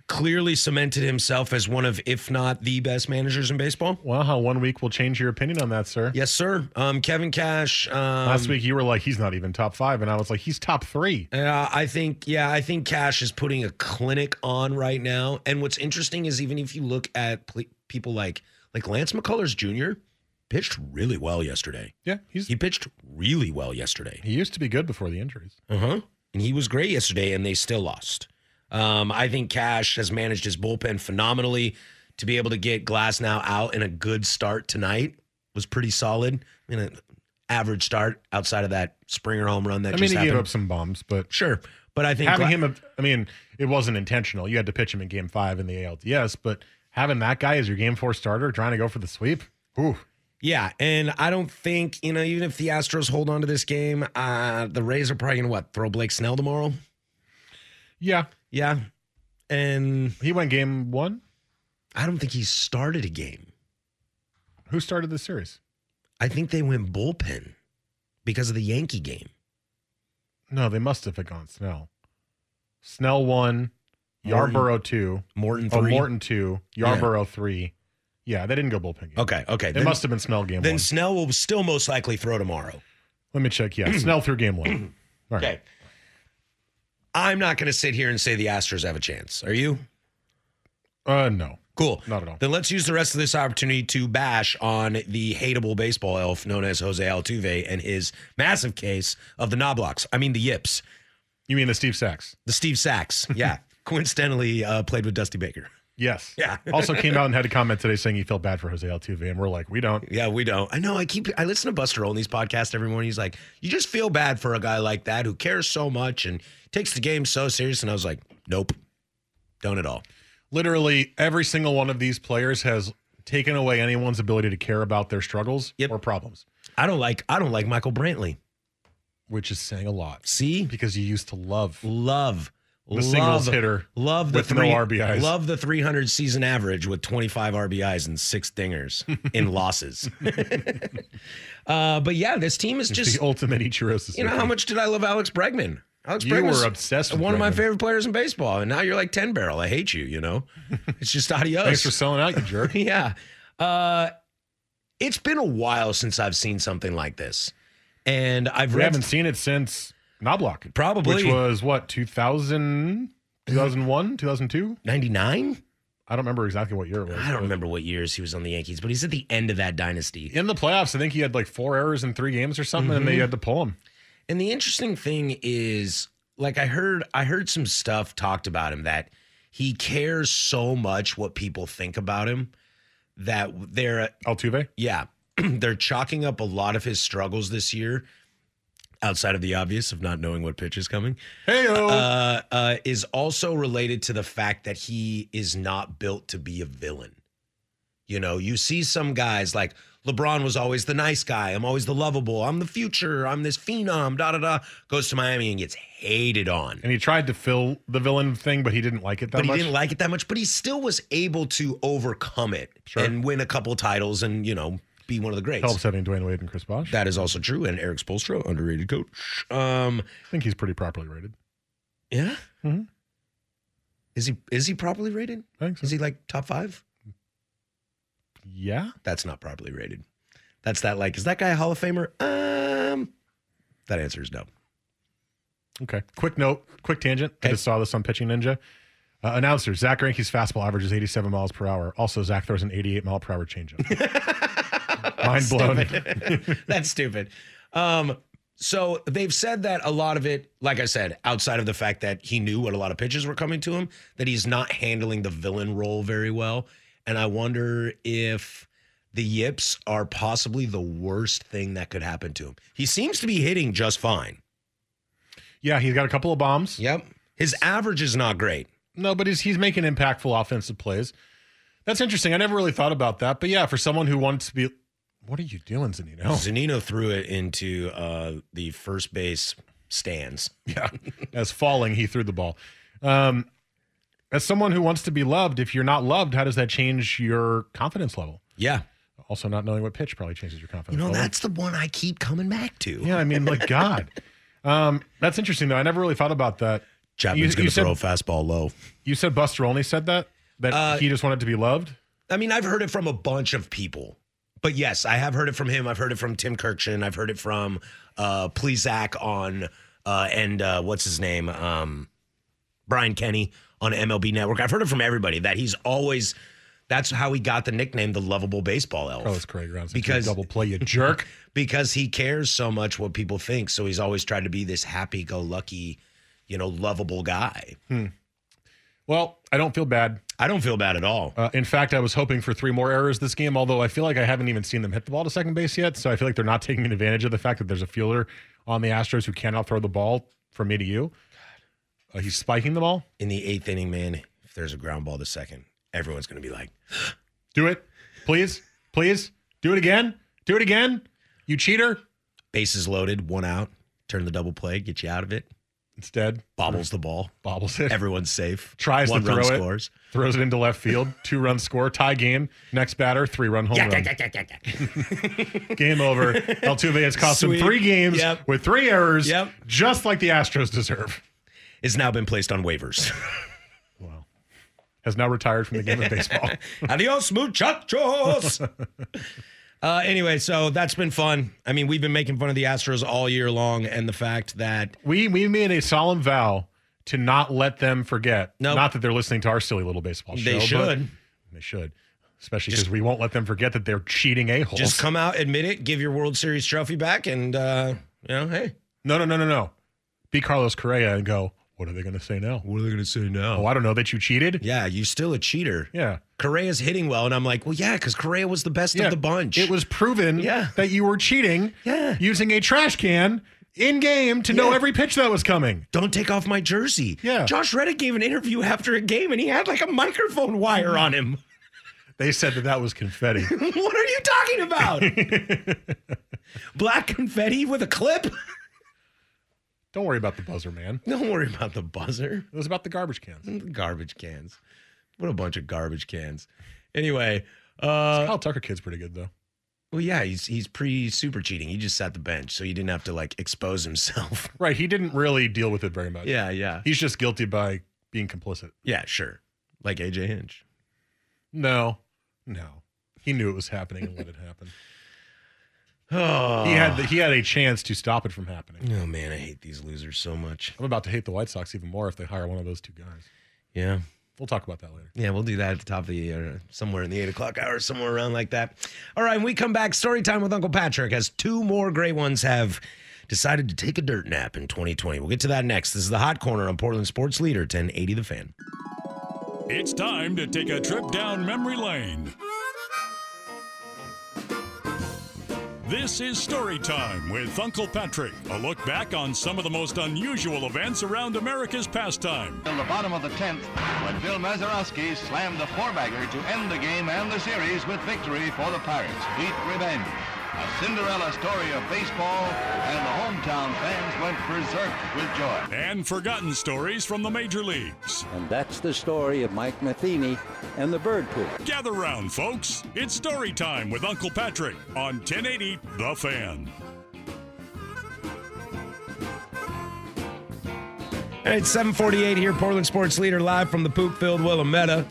S2: clearly cemented himself as one of, if not the best managers in baseball.
S1: Wow, how one week will change your opinion on that, sir.
S2: Yes, sir. Um, Kevin Cash. Um,
S1: Last week you were like, he's not even top five. And I was like, he's top three.
S2: Uh, I think, yeah, I think Cash is putting a clinic on right now. And what's interesting is even if you look at ple- people like like Lance McCullers Jr. pitched really well yesterday.
S1: Yeah, he's
S2: he pitched really well yesterday.
S1: He used to be good before the injuries.
S2: Uh huh. And he was great yesterday, and they still lost. Um, I think Cash has managed his bullpen phenomenally. To be able to get Glass now out in a good start tonight was pretty solid. I mean, an average start outside of that Springer home run that
S1: I mean,
S2: just
S1: he
S2: happened.
S1: gave up some bombs, but
S2: sure. But I think
S1: having
S2: Gla-
S1: him, I mean, it wasn't intentional. You had to pitch him in Game Five in the ALDS, but having that guy as your Game Four starter, trying to go for the sweep, ooh,
S2: Yeah, and I don't think you know. Even if the Astros hold on to this game, uh, the Rays are probably gonna what throw Blake Snell tomorrow.
S1: yeah,
S2: Yeah, and
S1: he went Game One.
S2: I don't think he started a game.
S1: Who started the series?
S2: I think they went bullpen because of the Yankee game.
S1: No, they must have gone Snell. Snell one, Yarborough two,
S2: Morton
S1: oh
S2: three.
S1: Morton two,
S2: Yeah.
S1: Yarborough three. Yeah, they didn't go bullpen. Game.
S2: Okay, okay.
S1: It must have been Snell game
S2: Then
S1: one.
S2: Snell will still most likely throw tomorrow.
S1: Let me check. Yeah, Snell through game one. All right.
S2: Okay. I'm not going to sit here and say the Astros have a chance. Are you?
S1: Uh, no,
S2: Cool.
S1: not at all.
S2: Then let's use the rest of this opportunity to bash on the hateable baseball elf known as Jose Altuve and his massive case of the knobblocks. I mean, the yips,
S1: You mean the Steve Sachs?
S2: the Steve Sachs. Yeah. Coincidentally, uh, played with Dusty Baker.
S1: Yes.
S2: Yeah.
S1: also came out and had a comment today saying he felt bad for Jose Altuve, and we're like, we don't.
S2: Yeah, we don't. I know. I keep. I listen to Buster Olney's podcast every morning. He's like, you just feel bad for a guy like that who cares so much and takes the game so serious. And I was like, nope, don't at all.
S1: Literally, every single one of these players has taken away anyone's ability to care about their struggles or problems,
S2: I don't like. I don't like Michael Brantley.
S1: which is saying a lot
S2: See,
S1: because you used to love
S2: love
S1: the singles
S2: love-
S1: hitter.
S2: Love the
S1: with no
S2: three
S1: RBIs.
S2: Love the 300 season average with 25 RBIs and six dingers in losses. uh, but yeah, this team is
S1: It's
S2: just.
S1: the ultimate Ichiro Suzuki.
S2: You know how much did I love Alex Bregman? Alex
S1: You
S2: Bregman's
S1: were obsessed with
S2: one of my
S1: Bregman.
S2: favorite players in baseball, and now you're like ten barrel. I hate you. You know, it's just adios.
S1: Thanks for selling out, you jerk.
S2: yeah. Uh, it's been a while since I've seen something like this, and I've
S1: we
S2: read
S1: haven't seen it since Knobloch,
S2: Probably.
S1: which was what 2000, 2001, 2002.
S2: ninety nine.
S1: I don't remember exactly what year it was.
S2: I don't remember what years he was on the Yankees, but he's at the end of that dynasty.
S1: In the playoffs, I think he had like four errors in three games or something,
S2: Mm-hmm.
S1: and they had to pull him.
S2: And the interesting thing is, like I heard, I heard some stuff talked about him that he cares so much what people think about him that they're
S1: Altuve.
S2: yeah they're chalking up a lot of his struggles this year outside of the obvious of not knowing what pitch is coming
S1: Hey,
S2: uh, uh, is also related to the fact that he is not built to be a villain. You know, you see some guys like LeBron was always the nice guy. I'm always the lovable. I'm the future. I'm this phenom. Da da da. Goes to Miami and gets hated on.
S1: And he tried to fill the villain thing, but he didn't like it that
S2: But he
S1: much.
S2: didn't like it that much. But he still was able to overcome it
S1: Sure.
S2: and win a couple titles and you know be one of the greats.
S1: Helps having Dwayne Wade and Chris Bosh.
S2: That is also true. And Eric Spoelstra, underrated coach. Um,
S1: I think he's pretty properly rated.
S2: yeah.
S1: Mhm.
S2: Is he is he properly rated?
S1: I think so.
S2: Is he like top five?
S1: Yeah.
S2: that's not properly rated. That's that like, is that guy a Hall of Famer? Um that answer is no.
S1: Okay. Quick note, quick tangent. I
S2: Okay.
S1: just saw this on Pitching Ninja. Uh, announcer Zach Greinke's fastball averages 87 miles per hour. Also, Zach throws an 88 mile per hour changeup. Mind blown.
S2: Stupid. that's stupid. Um so they've said that a lot of it, like I said, outside of the fact that he knew what a lot of pitches were coming to him, that he's not handling the villain role very well. And I wonder if the yips are possibly the worst thing that could happen to him. He seems to be hitting just fine.
S1: Yeah, he's got a couple of bombs.
S2: Yep. His average is not great.
S1: No, but he's, he's making impactful offensive plays. That's interesting. I never really thought about that. But yeah, for someone who wants to be, what are you doing, Zanino?
S2: Zanino threw it into uh, the first base stands.
S1: Yeah. As falling, he threw the ball. Um, as someone who wants to be loved, if you're not loved, how does that change your confidence level?
S2: Yeah.
S1: Also, not knowing what pitch probably changes your confidence
S2: You know,
S1: level.
S2: that's the one I keep coming back to.
S1: Yeah, I mean, like, God. Um, that's interesting, though. I never really thought about that. You-
S2: Chapman's
S1: you
S2: going to
S1: said-
S2: throw a fastball low.
S1: You said Buster only said that? That
S2: Uh,
S1: he just wanted to be loved?
S2: I mean, I've heard it from a bunch of people. But yes, I have heard it from him. I've heard it from Tim Kirkchin. I've heard it from uh Plezak on uh and uh what's his name? Um Brian Kenny on MLB Network. I've heard it from everybody that he's always that's how he got the nickname the lovable baseball elf.
S1: Carlos Oh, Craig Rounds. Because
S2: Because-
S1: double play, you jerk.
S2: because he cares so much what people think. So he's always tried to be this happy go lucky, you know, lovable guy.
S1: Hmm. Well, I don't feel bad.
S2: I don't feel bad at all.
S1: Uh, in fact, I was hoping for three more errors this game, although I feel like I haven't even seen them hit the ball to second base yet. So I feel like they're not taking advantage of the fact that there's a fielder on the Astros who cannot throw the ball from me to you. Uh, he's spiking the ball.
S2: In the eighth inning, man, if there's a ground ball to second, everyone's gonna be like,
S1: Do it. Please. Please. Do it again. Do it again. You cheater.
S2: bases loaded, one out, turn the double play, get you out of it.
S1: Instead,
S2: Bobbles the ball.
S1: Bobbles it.
S2: Everyone's safe.
S1: Tries
S2: one
S1: to throw
S2: run
S1: it.
S2: scores.
S1: Throws it into left field. Two run score. Tie game. Next batter. Three run home
S2: Yak,
S1: run.
S2: yak, yak, yak, yak.
S1: Game over. Altuve has cost
S2: Sweet.
S1: him three games
S2: Yep.
S1: with three errors,
S2: Yep.
S1: just like the Astros deserve.
S2: It's now been placed on waivers.
S1: Has now retired from the game of baseball.
S2: Adios, muchachos. uh, anyway, so that's been fun. I mean, we've been making fun of the Astros all year long, and the fact that
S1: We we made a solemn vow to not let them forget.
S2: Nope.
S1: Not that they're listening to our silly little baseball show.
S2: They
S1: but
S2: should.
S1: They should. Especially because we won't let them forget that they're cheating a holes.
S2: just come out, admit it, give your World Series trophy back, and uh, you know, hey,
S1: No, no, no, no, no. Be Carlos Correa and go, what are they going to say now?
S2: what are they going to say now?
S1: Oh, I don't know that you cheated.
S2: Yeah, you're still a cheater.
S1: Yeah.
S2: Correa's hitting well, and I'm like, well, yeah, because Correa was the best
S1: Yeah.
S2: of the bunch.
S1: It was proven
S2: Yeah.
S1: that you were cheating
S2: Yeah.
S1: using a trash can in game to know
S2: Yeah.
S1: every pitch that was coming.
S2: Don't take off my jersey.
S1: Yeah.
S2: Josh Reddick gave an interview after a game, and he had like a microphone wire on him.
S1: They said that that was confetti.
S2: what are you talking about? Black confetti with a clip?
S1: Don't worry about the buzzer, man.
S2: Don't worry about the buzzer.
S1: It was about the garbage cans.
S2: Garbage cans. What a bunch of garbage cans. Anyway, uh
S1: Kyle Tucker kid's pretty good though.
S2: well yeah, he's he's pre super cheating. He just sat the bench, so he didn't have to like expose himself.
S1: Right, he didn't really deal with it very much.
S2: yeah, yeah.
S1: He's just guilty by being complicit.
S2: Yeah, sure. Like AJ Hinch.
S1: No. No. He knew it was happening and let it happen.
S2: Oh,
S1: He had the, he had a chance to stop it from happening.
S2: oh man, I hate these losers so much.
S1: I'm about to hate the White Sox even more if they hire one of those two guys.
S2: Yeah.
S1: We'll talk about that later.
S2: Yeah, we'll do that at the top of the year, somewhere in the eight o'clock hour, somewhere around like that. All right, when we come back, story time with Uncle Patrick as two more great ones have decided to take a dirt nap in 2020. We'll get to that next. This is the Hot Corner on Portland Sports Leader 1080 The Fan.
S5: It's time to take a trip down memory lane. This is Story Time with Uncle Patrick, a look back on some of the most unusual events around America's pastime.
S10: Till the bottom of the 10th, when Bill Mazeroski slammed a four-bagger to end the game and the series with victory for the Pirates. Heat revenge. A Cinderella story of baseball, and the hometown fans went berserk with joy.
S5: And forgotten stories from the major leagues.
S11: And that's the story of Mike Matheny and the bird poop.
S5: Gather round, folks. It's Story Time with Uncle Patrick on 1080 The Fan.
S2: All right, 748 here, Portland Sports Leader live from the Poopfield Willamette.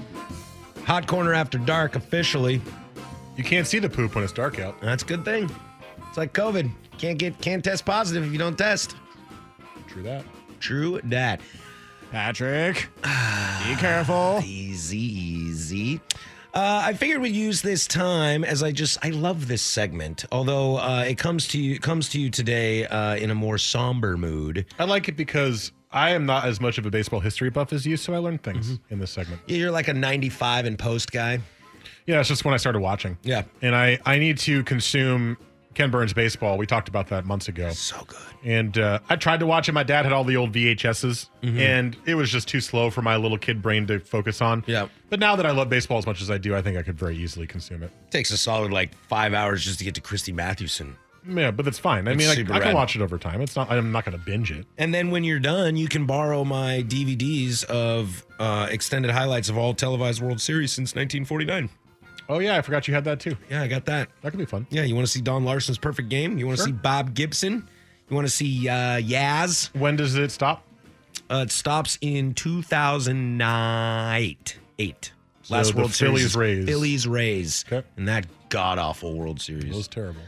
S2: Hot Corner after dark officially.
S1: You can't see the poop when it's dark out.
S2: That's a good thing. It's like COVID. Can't get can't test positive if you don't test.
S1: True that.
S2: True that.
S8: Patrick, be careful.
S2: Easy, easy. Uh, I figured we'd use this time as I just I love this segment, although uh, it comes to you it comes to you today uh, in a more somber mood.
S1: I like it because I am not as
S2: Mm-hmm.
S1: much of a baseball history buff as you, so I learned things in this segment.
S2: You're like a 95 and post guy.
S1: Yeah, it's just when I started watching.
S2: Yeah.
S1: And I, I need to consume Ken Burns baseball. We talked about that months ago. So good. And uh, I tried to watch it. My dad had all the old VHSs,
S2: Mhm.
S1: and it was just too slow for my little kid brain to focus on.
S2: Yeah.
S1: But now that I love baseball as much as I do, I think I could very easily consume it.
S2: takes a solid like five hours just to get to Christy Mathewson.
S1: Yeah, but that's fine. I
S2: It's
S1: mean, I,
S2: super
S1: I can
S2: rad.
S1: watch it over time. It's not. I'm not going to binge it.
S2: And then when you're done, you can borrow my DVDs of uh, extended highlights of all televised World Series since 1949.
S1: Oh yeah, I forgot you had that too.
S2: Yeah, I got that.
S1: That could be fun.
S2: Yeah, you want to see Don Larson's perfect game? You want to see Bob Gibson? You want to see uh, Yaz?
S1: When does it stop?
S2: Uh, it stops in 2008. Eight.
S1: So the Phillies Rays.
S2: Phillies Rays. And that god awful World Series.
S1: It was terrible.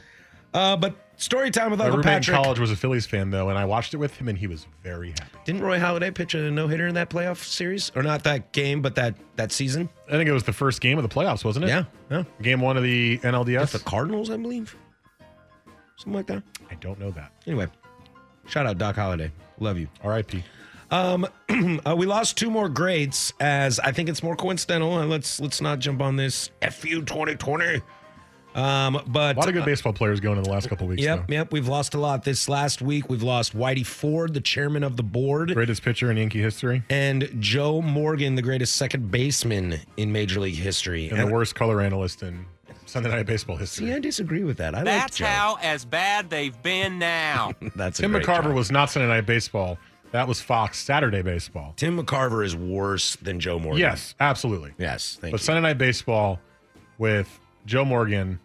S2: Uh, but story time with
S1: My
S2: Uncle
S1: roommate
S2: Patrick.
S1: in college was a Phillies fan though, and I watched it with him, and he was very happy.
S2: Didn't Roy Halladay pitch a no hitter in that playoff series, or not that game, but that that season?
S1: I think it was the first game of the playoffs, wasn't it?
S2: Yeah, yeah.
S1: Game one of the NLDS.
S2: The Cardinals, I believe, something like that.
S1: I don't know that.
S2: Anyway, shout out Doc Holliday. Love you.
S1: R.I.P.
S2: Um, uh, we lost two more grades, as I think it's more coincidental. And let's let's not jump on this fu 2020. Um, but
S1: A lot of good baseball players going in the last couple weeks.
S2: Yep, yep. We've lost a lot this last week. We've lost Whitey Ford, the chairman of the board,
S1: greatest pitcher in Yankee history,
S2: and Joe Morgan, the greatest second baseman in Major League history.
S1: And the worst color analyst in Sunday Night Baseball history.
S2: See, I disagree with that. I
S12: That's
S2: like Joe.
S12: how as bad they've been now.
S2: That's a
S1: Tim
S2: great
S1: McCarver
S2: job.
S1: was not Sunday Night Baseball. That was Fox Saturday Baseball.
S2: Tim McCarver is worse than Joe Morgan.
S1: Yes, absolutely.
S2: Yes. Thank
S1: but
S2: you.
S1: Sunday Night Baseball with Joe Morgan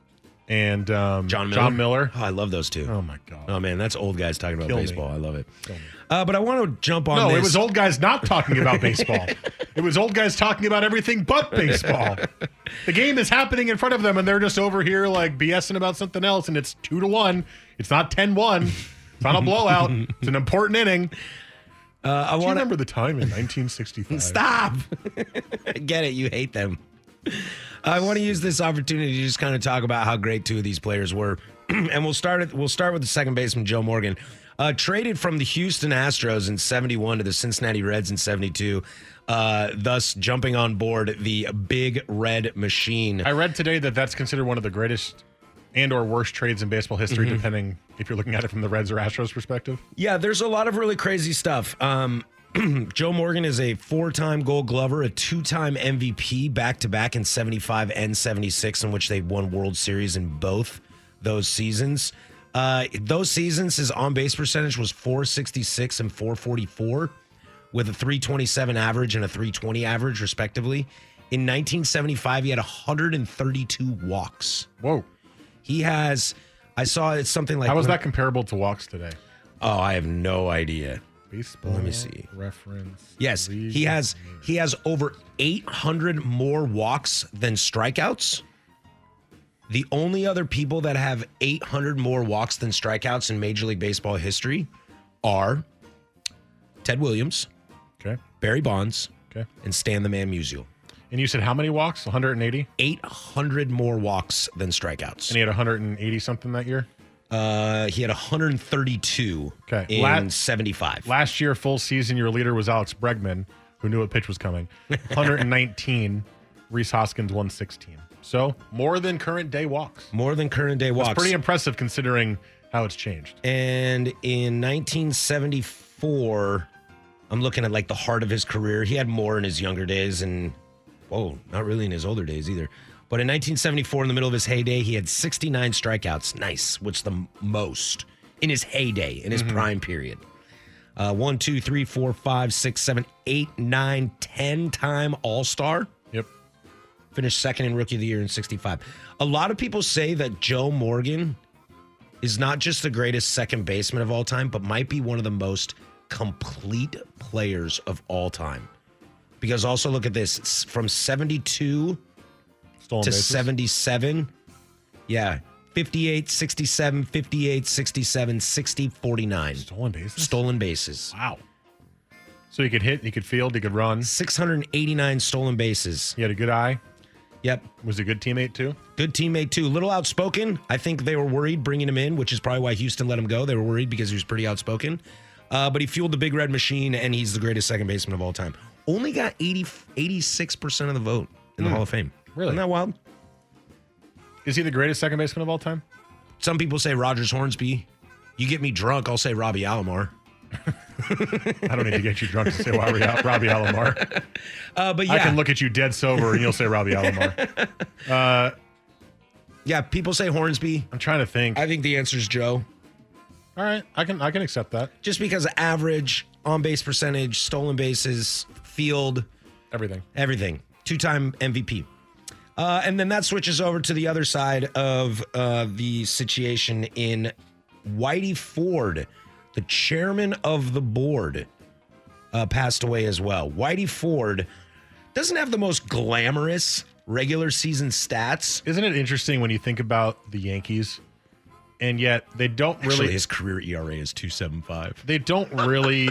S1: and um,
S2: John Miller.
S1: John Miller.
S2: Oh, I love those two.
S1: Oh my god.
S2: Oh man, that's old guys talking about
S1: Kill me.
S2: baseball. I love it. Uh, but I want to jump on.
S1: No,
S2: this. Uh,
S1: it was old guys not talking about baseball. it was old guys talking about everything but baseball. the game is happening in front of them, and they're just over here like BSing about something else. And it's two to one. It's not 10-1. It's not a blowout. It's an important inning.
S2: Uh, I
S1: Do you
S2: wanna-
S1: remember the time in 1965?
S2: Stop. Get it? You hate them. I want to use this opportunity to just kind of talk about how great two of these players were, and we'll start at, we'll start with the second baseman Joe Morgan, uh, traded from the Houston Astros in '71 to the Cincinnati Reds in '72, uh, thus jumping on board the Big Red Machine.
S1: I read today that that's considered one of the greatest and or worst trades in baseball history,
S2: Mhm.
S1: depending if you're looking at it from the Reds or Astros perspective.
S2: Yeah, there's a lot of really crazy stuff. Um, Joe Morgan is a four time gold glover, a two time MVP back to back in 75 and 76, in which they won World Series in both those seasons. Uh, those seasons, his on base percentage was 466 and 444, with a 327 average and a 320 average, respectively. In 1975, he had 132 walks.
S1: Whoa.
S2: He has, I saw it's something like.
S1: How is
S2: when-
S1: that comparable to walks today?
S2: Oh, I have no idea.
S1: Baseball.
S2: Let me see.
S1: Reference.
S2: Yes, he has he has over 800 more walks than strikeouts. The only other people that have 800 more walks than strikeouts in Major League Baseball history are Ted Williams,
S1: Okay.
S2: Barry Bonds,
S1: Okay.
S2: and Stan the Man Musial.
S1: And you said how many walks? 180?
S2: 800 more walks than strikeouts.
S1: And he had 180 something that year?
S2: Uh, he had 132
S1: okay.
S2: in
S1: La-
S2: 75.
S1: Last year, full season, your leader was Alex Bregman, who knew what pitch was coming. 119. Reese Hoskins, 116. So more than current day walks.
S2: More than current day walks.
S1: That's pretty impressive considering how it's changed.
S2: And in 1974, I'm looking at like the heart of his career. He had more in his younger days and, whoa, not really in his older days either. But in 1974, in the middle of his heyday, he had 69 strikeouts. Nice, which the m- most in his heyday, in his
S1: Mhm.
S2: prime period. Uh, one, two, three, four, five, six, seven, eight, nine, ten time All Star.
S1: Yep.
S2: Finished second in Rookie of the Year in 65. A lot of people say that Joe Morgan is not just the greatest second baseman of all time, but might be one of the most complete players of all time. Because also look at this it's from 72
S1: Stolen
S2: to
S1: bases.
S2: 77. Yeah. 58, 67, 58, 67, 60, 49.
S1: Stolen bases.
S2: Stolen bases.
S1: Wow. So he could hit, he could field, he could run.
S2: 689 stolen bases.
S1: He had a good eye.
S2: Yep.
S1: Was a good teammate too.
S2: Good teammate too. Little outspoken. I think they were worried bringing him in, which is probably why Houston let him go. They were worried because he was pretty outspoken. Uh, but he fueled the big red machine, and he's the greatest second baseman of all time. Only got 80, 86% of the vote in the
S1: Hmm.
S2: Hall of Fame.
S1: Really?
S2: Isn't that wild?
S1: Is he the greatest second baseman of all time?
S2: Some people say Rogers Hornsby. You get me drunk, I'll say Robbie Alomar.
S1: I don't need to get you drunk to say Robbie, Al- Robbie Alomar.
S2: Uh, but yeah,
S1: I can look at you dead sober and you'll say Robbie Alomar. Uh,
S2: yeah, people say Hornsby.
S1: I'm trying to think.
S2: I think the answer is Joe.
S1: All right, I can I can accept that.
S2: Just because of average, on base percentage, stolen bases, field,
S1: Everything.
S2: everything. Two time MVP. Uh, and then that switches over to the other side of uh, the situation in Whitey Ford, the chairman of the board, uh, passed away as well. Whitey Ford doesn't have the most glamorous regular season stats.
S1: Isn't it interesting when you think about the Yankees, and yet they don't
S2: Actually,
S1: really
S2: his career
S1: E
S2: ERA is 275.
S1: they don't really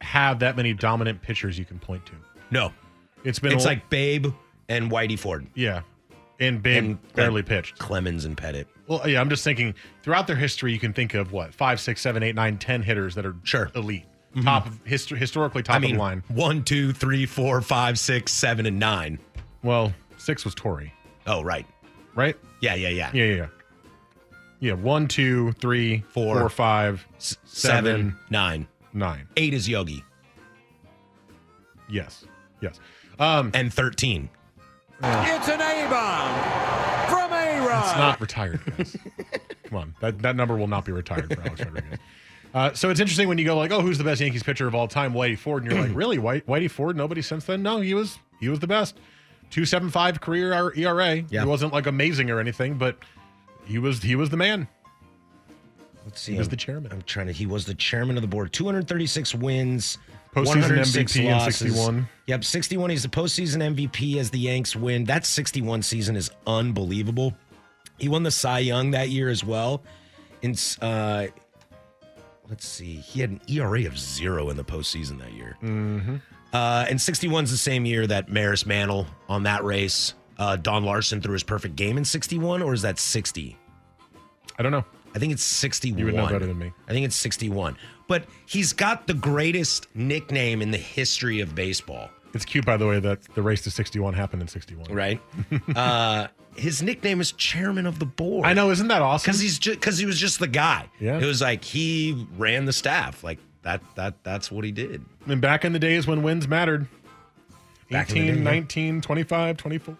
S1: have that many dominant pitchers you can point to.
S2: No,
S1: It's been
S2: it's
S1: a-
S2: like Babe and Whitey Ford.
S1: yeah, and Babe
S2: And-
S1: barely pitched.
S2: Clemens and Pettit.
S1: Well, yeah, I'm just thinking throughout their history, you can think of what five, six, seven, eight, nine, ten hitters that are
S2: Sure. Mm-hmm.
S1: elite, top of, histo- historically top
S2: I mean,
S1: of the line.
S2: one, two, three, four, five, six, seven, and nine.
S1: Well, six was Torrey,
S2: Oh, right.
S1: right?
S2: Yeah, yeah, yeah.
S1: Yeah, yeah, yeah. Yeah, one, two, three,
S2: Four.
S1: four, five,
S2: S-
S1: seven,
S2: seven, nine.
S1: nine.
S2: Eight is Yogi,
S1: Yes, yes. Um,
S2: and 13.
S13: It's an A bomb from A
S1: It's not retired, guys. Come on, that, that number will not be retired for Alex Rodriguez. Uh, so it's interesting when you go like, oh, who's the best Yankees pitcher of all time? Whitey Ford, and you're like, really, White, Whitey Ford? Nobody since then? No, he was he was the best. Two seven five career E R- ERA.
S2: Yeah.
S1: He wasn't like amazing or anything, but he was he was the man.
S2: Let's see.
S1: He was
S2: I'm-
S1: the chairman.
S2: I'm trying to. He was the chairman of the board. 236 wins.
S1: Postseason
S2: 106
S1: MVP in
S2: losses.
S1: 61.
S2: Yep, 61. He's the postseason MVP as the Yanks win. That 61 season is unbelievable. He won the Cy Young that year as well. In s- uh, let's see, he had an ERA of zero in the postseason that year.
S1: Mm-hmm.
S2: Uh, and 61's the same year that Maris Mantle on that race. Uh, Don Larson threw his perfect game in 61, or is that 60?
S1: I don't know.
S2: I think it's 61.
S1: You would know better than me.
S2: I think it's 61. But he's got the greatest nickname in the history of baseball,
S1: It's cute, by the way, that the race to 61 happened in 61.
S2: right? uh, his nickname is Chairman of the Board.
S1: I know, isn't that awesome?
S2: because he's just because he was just the guy.
S1: Yeah.
S2: it was like he ran the staff. Like that that that's what he did.
S1: and back in the days when wins mattered.
S2: Back in the
S1: 18,
S2: day, yeah.
S1: 19, 25, 24.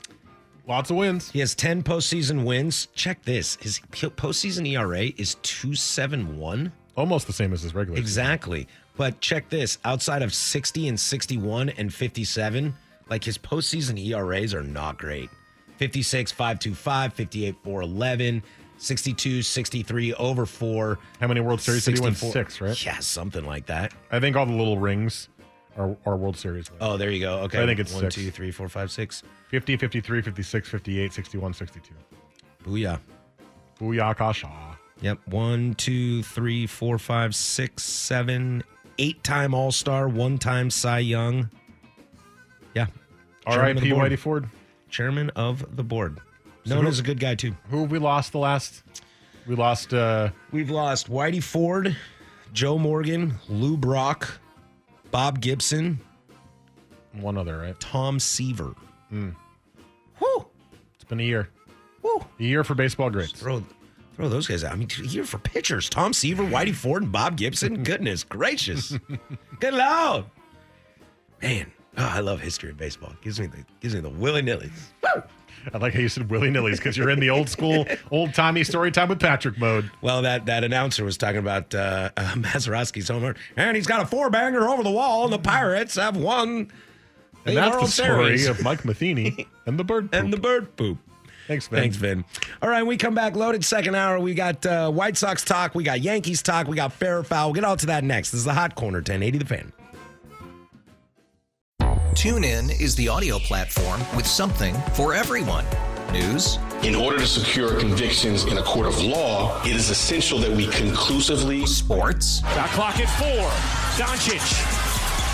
S1: Lots of wins.
S2: He has ten postseason wins. Check this: his postseason ERA is two seven one.
S1: Almost the same as his regular. season.
S2: Exactly. But check this outside of 60 and 61 and 57, like his postseason ERAs are not great 56, 525, 58, 411, 62, 63, over 4.
S1: How many World Series did he win?
S2: 64.
S1: Six, right?
S2: Yeah, something like that.
S1: I think all the little rings are, are World Series wins.
S2: Oh, there you go. Okay.
S1: I think it's
S2: one,
S1: six.
S2: two, three, four, five, six.
S1: 50, 53, 56, 58, 61, 62.
S2: Booyah.
S1: Booyah, kasha.
S2: Yep. One, two, three, four, five, six, seven, eight time All Star, one time Cy Young. Yeah. Chairman of
S1: R.I.P.
S2: the board.
S1: Whitey Ford.
S2: chairman of the board.
S1: So
S2: Known
S1: who-
S2: as a good guy, too.
S1: Who have we lost the last? We lost uh,
S2: We've lost Whitey Ford, Joe Morgan, Lou Brock, Bob Gibson,
S1: one other, right?
S2: Tom Seaver.
S1: Whew. It's been a year.
S2: Woo.
S1: A year for baseball greats.
S2: Throw, throw those guys out. I mean, here for pitchers Tom Seaver, Whitey Ford, and Bob Gibson. Goodness gracious. good lord. Man, oh, I love history of baseball. Gives me the gives me the willy nillies.
S1: I like how you said willy nillies because you're in the old school, old timey story time with Patrick mode.
S2: Well, that, that announcer was talking about uh, uh, Mazeroski's home run, and he's got a four banger over the wall, and the Pirates have won the
S1: And that's
S2: World
S1: the story
S2: Series.
S1: of Mike Matheny and the bird.
S2: and the
S1: poop.
S2: bird poop.
S1: Thanks, man.
S2: Thanks, Vin. All right, we come back loaded second hour. We got uh, White Sox talk, we got Yankees talk, we got fair or foul. We'll get all to that next. This is the Hot Corner 1080 The Fan.
S14: TuneIn is the audio platform with something for everyone. News,
S15: In order to secure convictions in a court of law, it is essential that we conclusively
S14: sports,
S7: The clock at four. Doncic.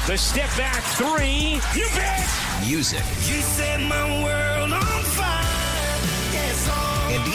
S7: The step back three. You bet.
S14: music,
S13: You set my world on fire. Yes, all
S14: and